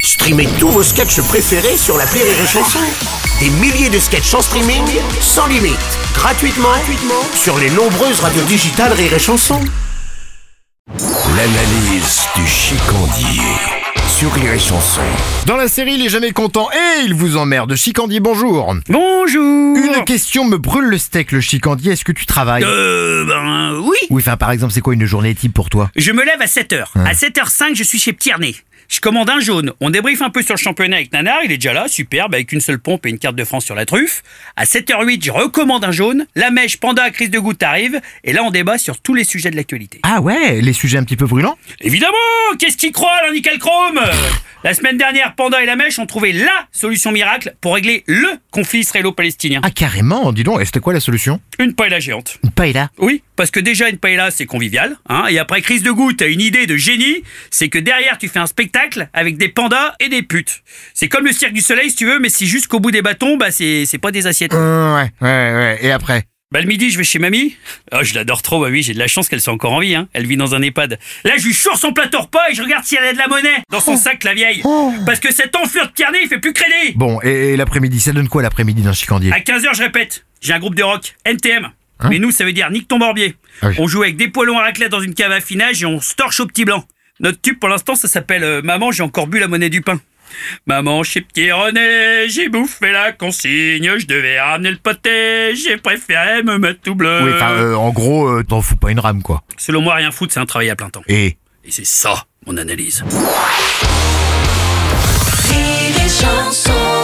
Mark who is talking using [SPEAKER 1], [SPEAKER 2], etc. [SPEAKER 1] Streamez tous vos sketchs préférés sur la Rire et Chanson. Des milliers de sketchs en streaming, sans limite, gratuitement, gratuitement sur les nombreuses radios digitales Rire et Chanson. L'analyse du chicandier sur Rire et Chanson.
[SPEAKER 2] Dans la série Les Jamais Contents, et il vous emmerde, Chicandier, bonjour
[SPEAKER 3] Bonjour
[SPEAKER 2] Une question me brûle le steak, le Chicandier, est-ce que tu travailles
[SPEAKER 3] Euh, ben oui
[SPEAKER 2] Oui, enfin par exemple, c'est quoi une journée type pour toi
[SPEAKER 3] Je me lève à 7h. À 7h05, je suis chez Tierney. Je commande un jaune. On débriefe un peu sur le championnat avec Nana, il est déjà là, superbe, avec une seule pompe et une carte de France sur la truffe. À 7h08, je recommande un jaune. La mèche panda à crise de goutte arrive, et là on débat sur tous les sujets de l'actualité.
[SPEAKER 2] Ah ouais, les sujets un petit peu brûlants
[SPEAKER 3] Évidemment Qu'est-ce qu'il croit, l'indical chrome Euh, La semaine dernière, Panda et la Mèche ont trouvé LA solution miracle pour régler LE conflit israélo-palestinien.
[SPEAKER 2] Ah carrément, dis donc, et c'était quoi la solution
[SPEAKER 3] Une paella géante.
[SPEAKER 2] Une paella
[SPEAKER 3] Oui, parce que déjà une paella c'est convivial, hein, et après crise de goût, t'as une idée de génie, c'est que derrière tu fais un spectacle avec des pandas et des putes. C'est comme le cirque du soleil si tu veux, mais si jusqu'au bout des bâtons, bah c'est c'est pas des assiettes.
[SPEAKER 2] Euh, Ouais, ouais, ouais, et après
[SPEAKER 3] Bah le midi je vais chez mamie. Oh je l'adore trop, bah oui j'ai de la chance qu'elle soit encore en vie, hein. elle vit dans un EHPAD. Là je lui choure son plateau repas et je regarde si elle a de la monnaie dans son sac la vieille. Parce que cet enflure de carnet il fait plus crédit.
[SPEAKER 2] Bon, et, et l'après-midi, ça donne quoi l'après-midi d'un Chicandier
[SPEAKER 3] À 15h, je répète, j'ai un groupe de rock, NTM. Mais nous, ça veut dire nique ton barbier.
[SPEAKER 2] Hein Ah oui.
[SPEAKER 3] On joue avec des poêlons à raclette dans une cave à affinage et on se torche au petit blanc. Notre tube, pour l'instant, ça s'appelle euh, Maman, j'ai encore bu la monnaie du pain. Maman, chez petit René, j'ai bouffé la consigne, je devais ramener le pâté, j'ai préféré me mettre tout bleu.
[SPEAKER 2] Oui, enfin, euh, en gros, euh, t'en fous pas une rame, quoi.
[SPEAKER 3] Selon moi, rien foutre, c'est un travail à plein temps.
[SPEAKER 2] Et...
[SPEAKER 3] Et c'est ça, mon analyse.
[SPEAKER 4] Rire et chanson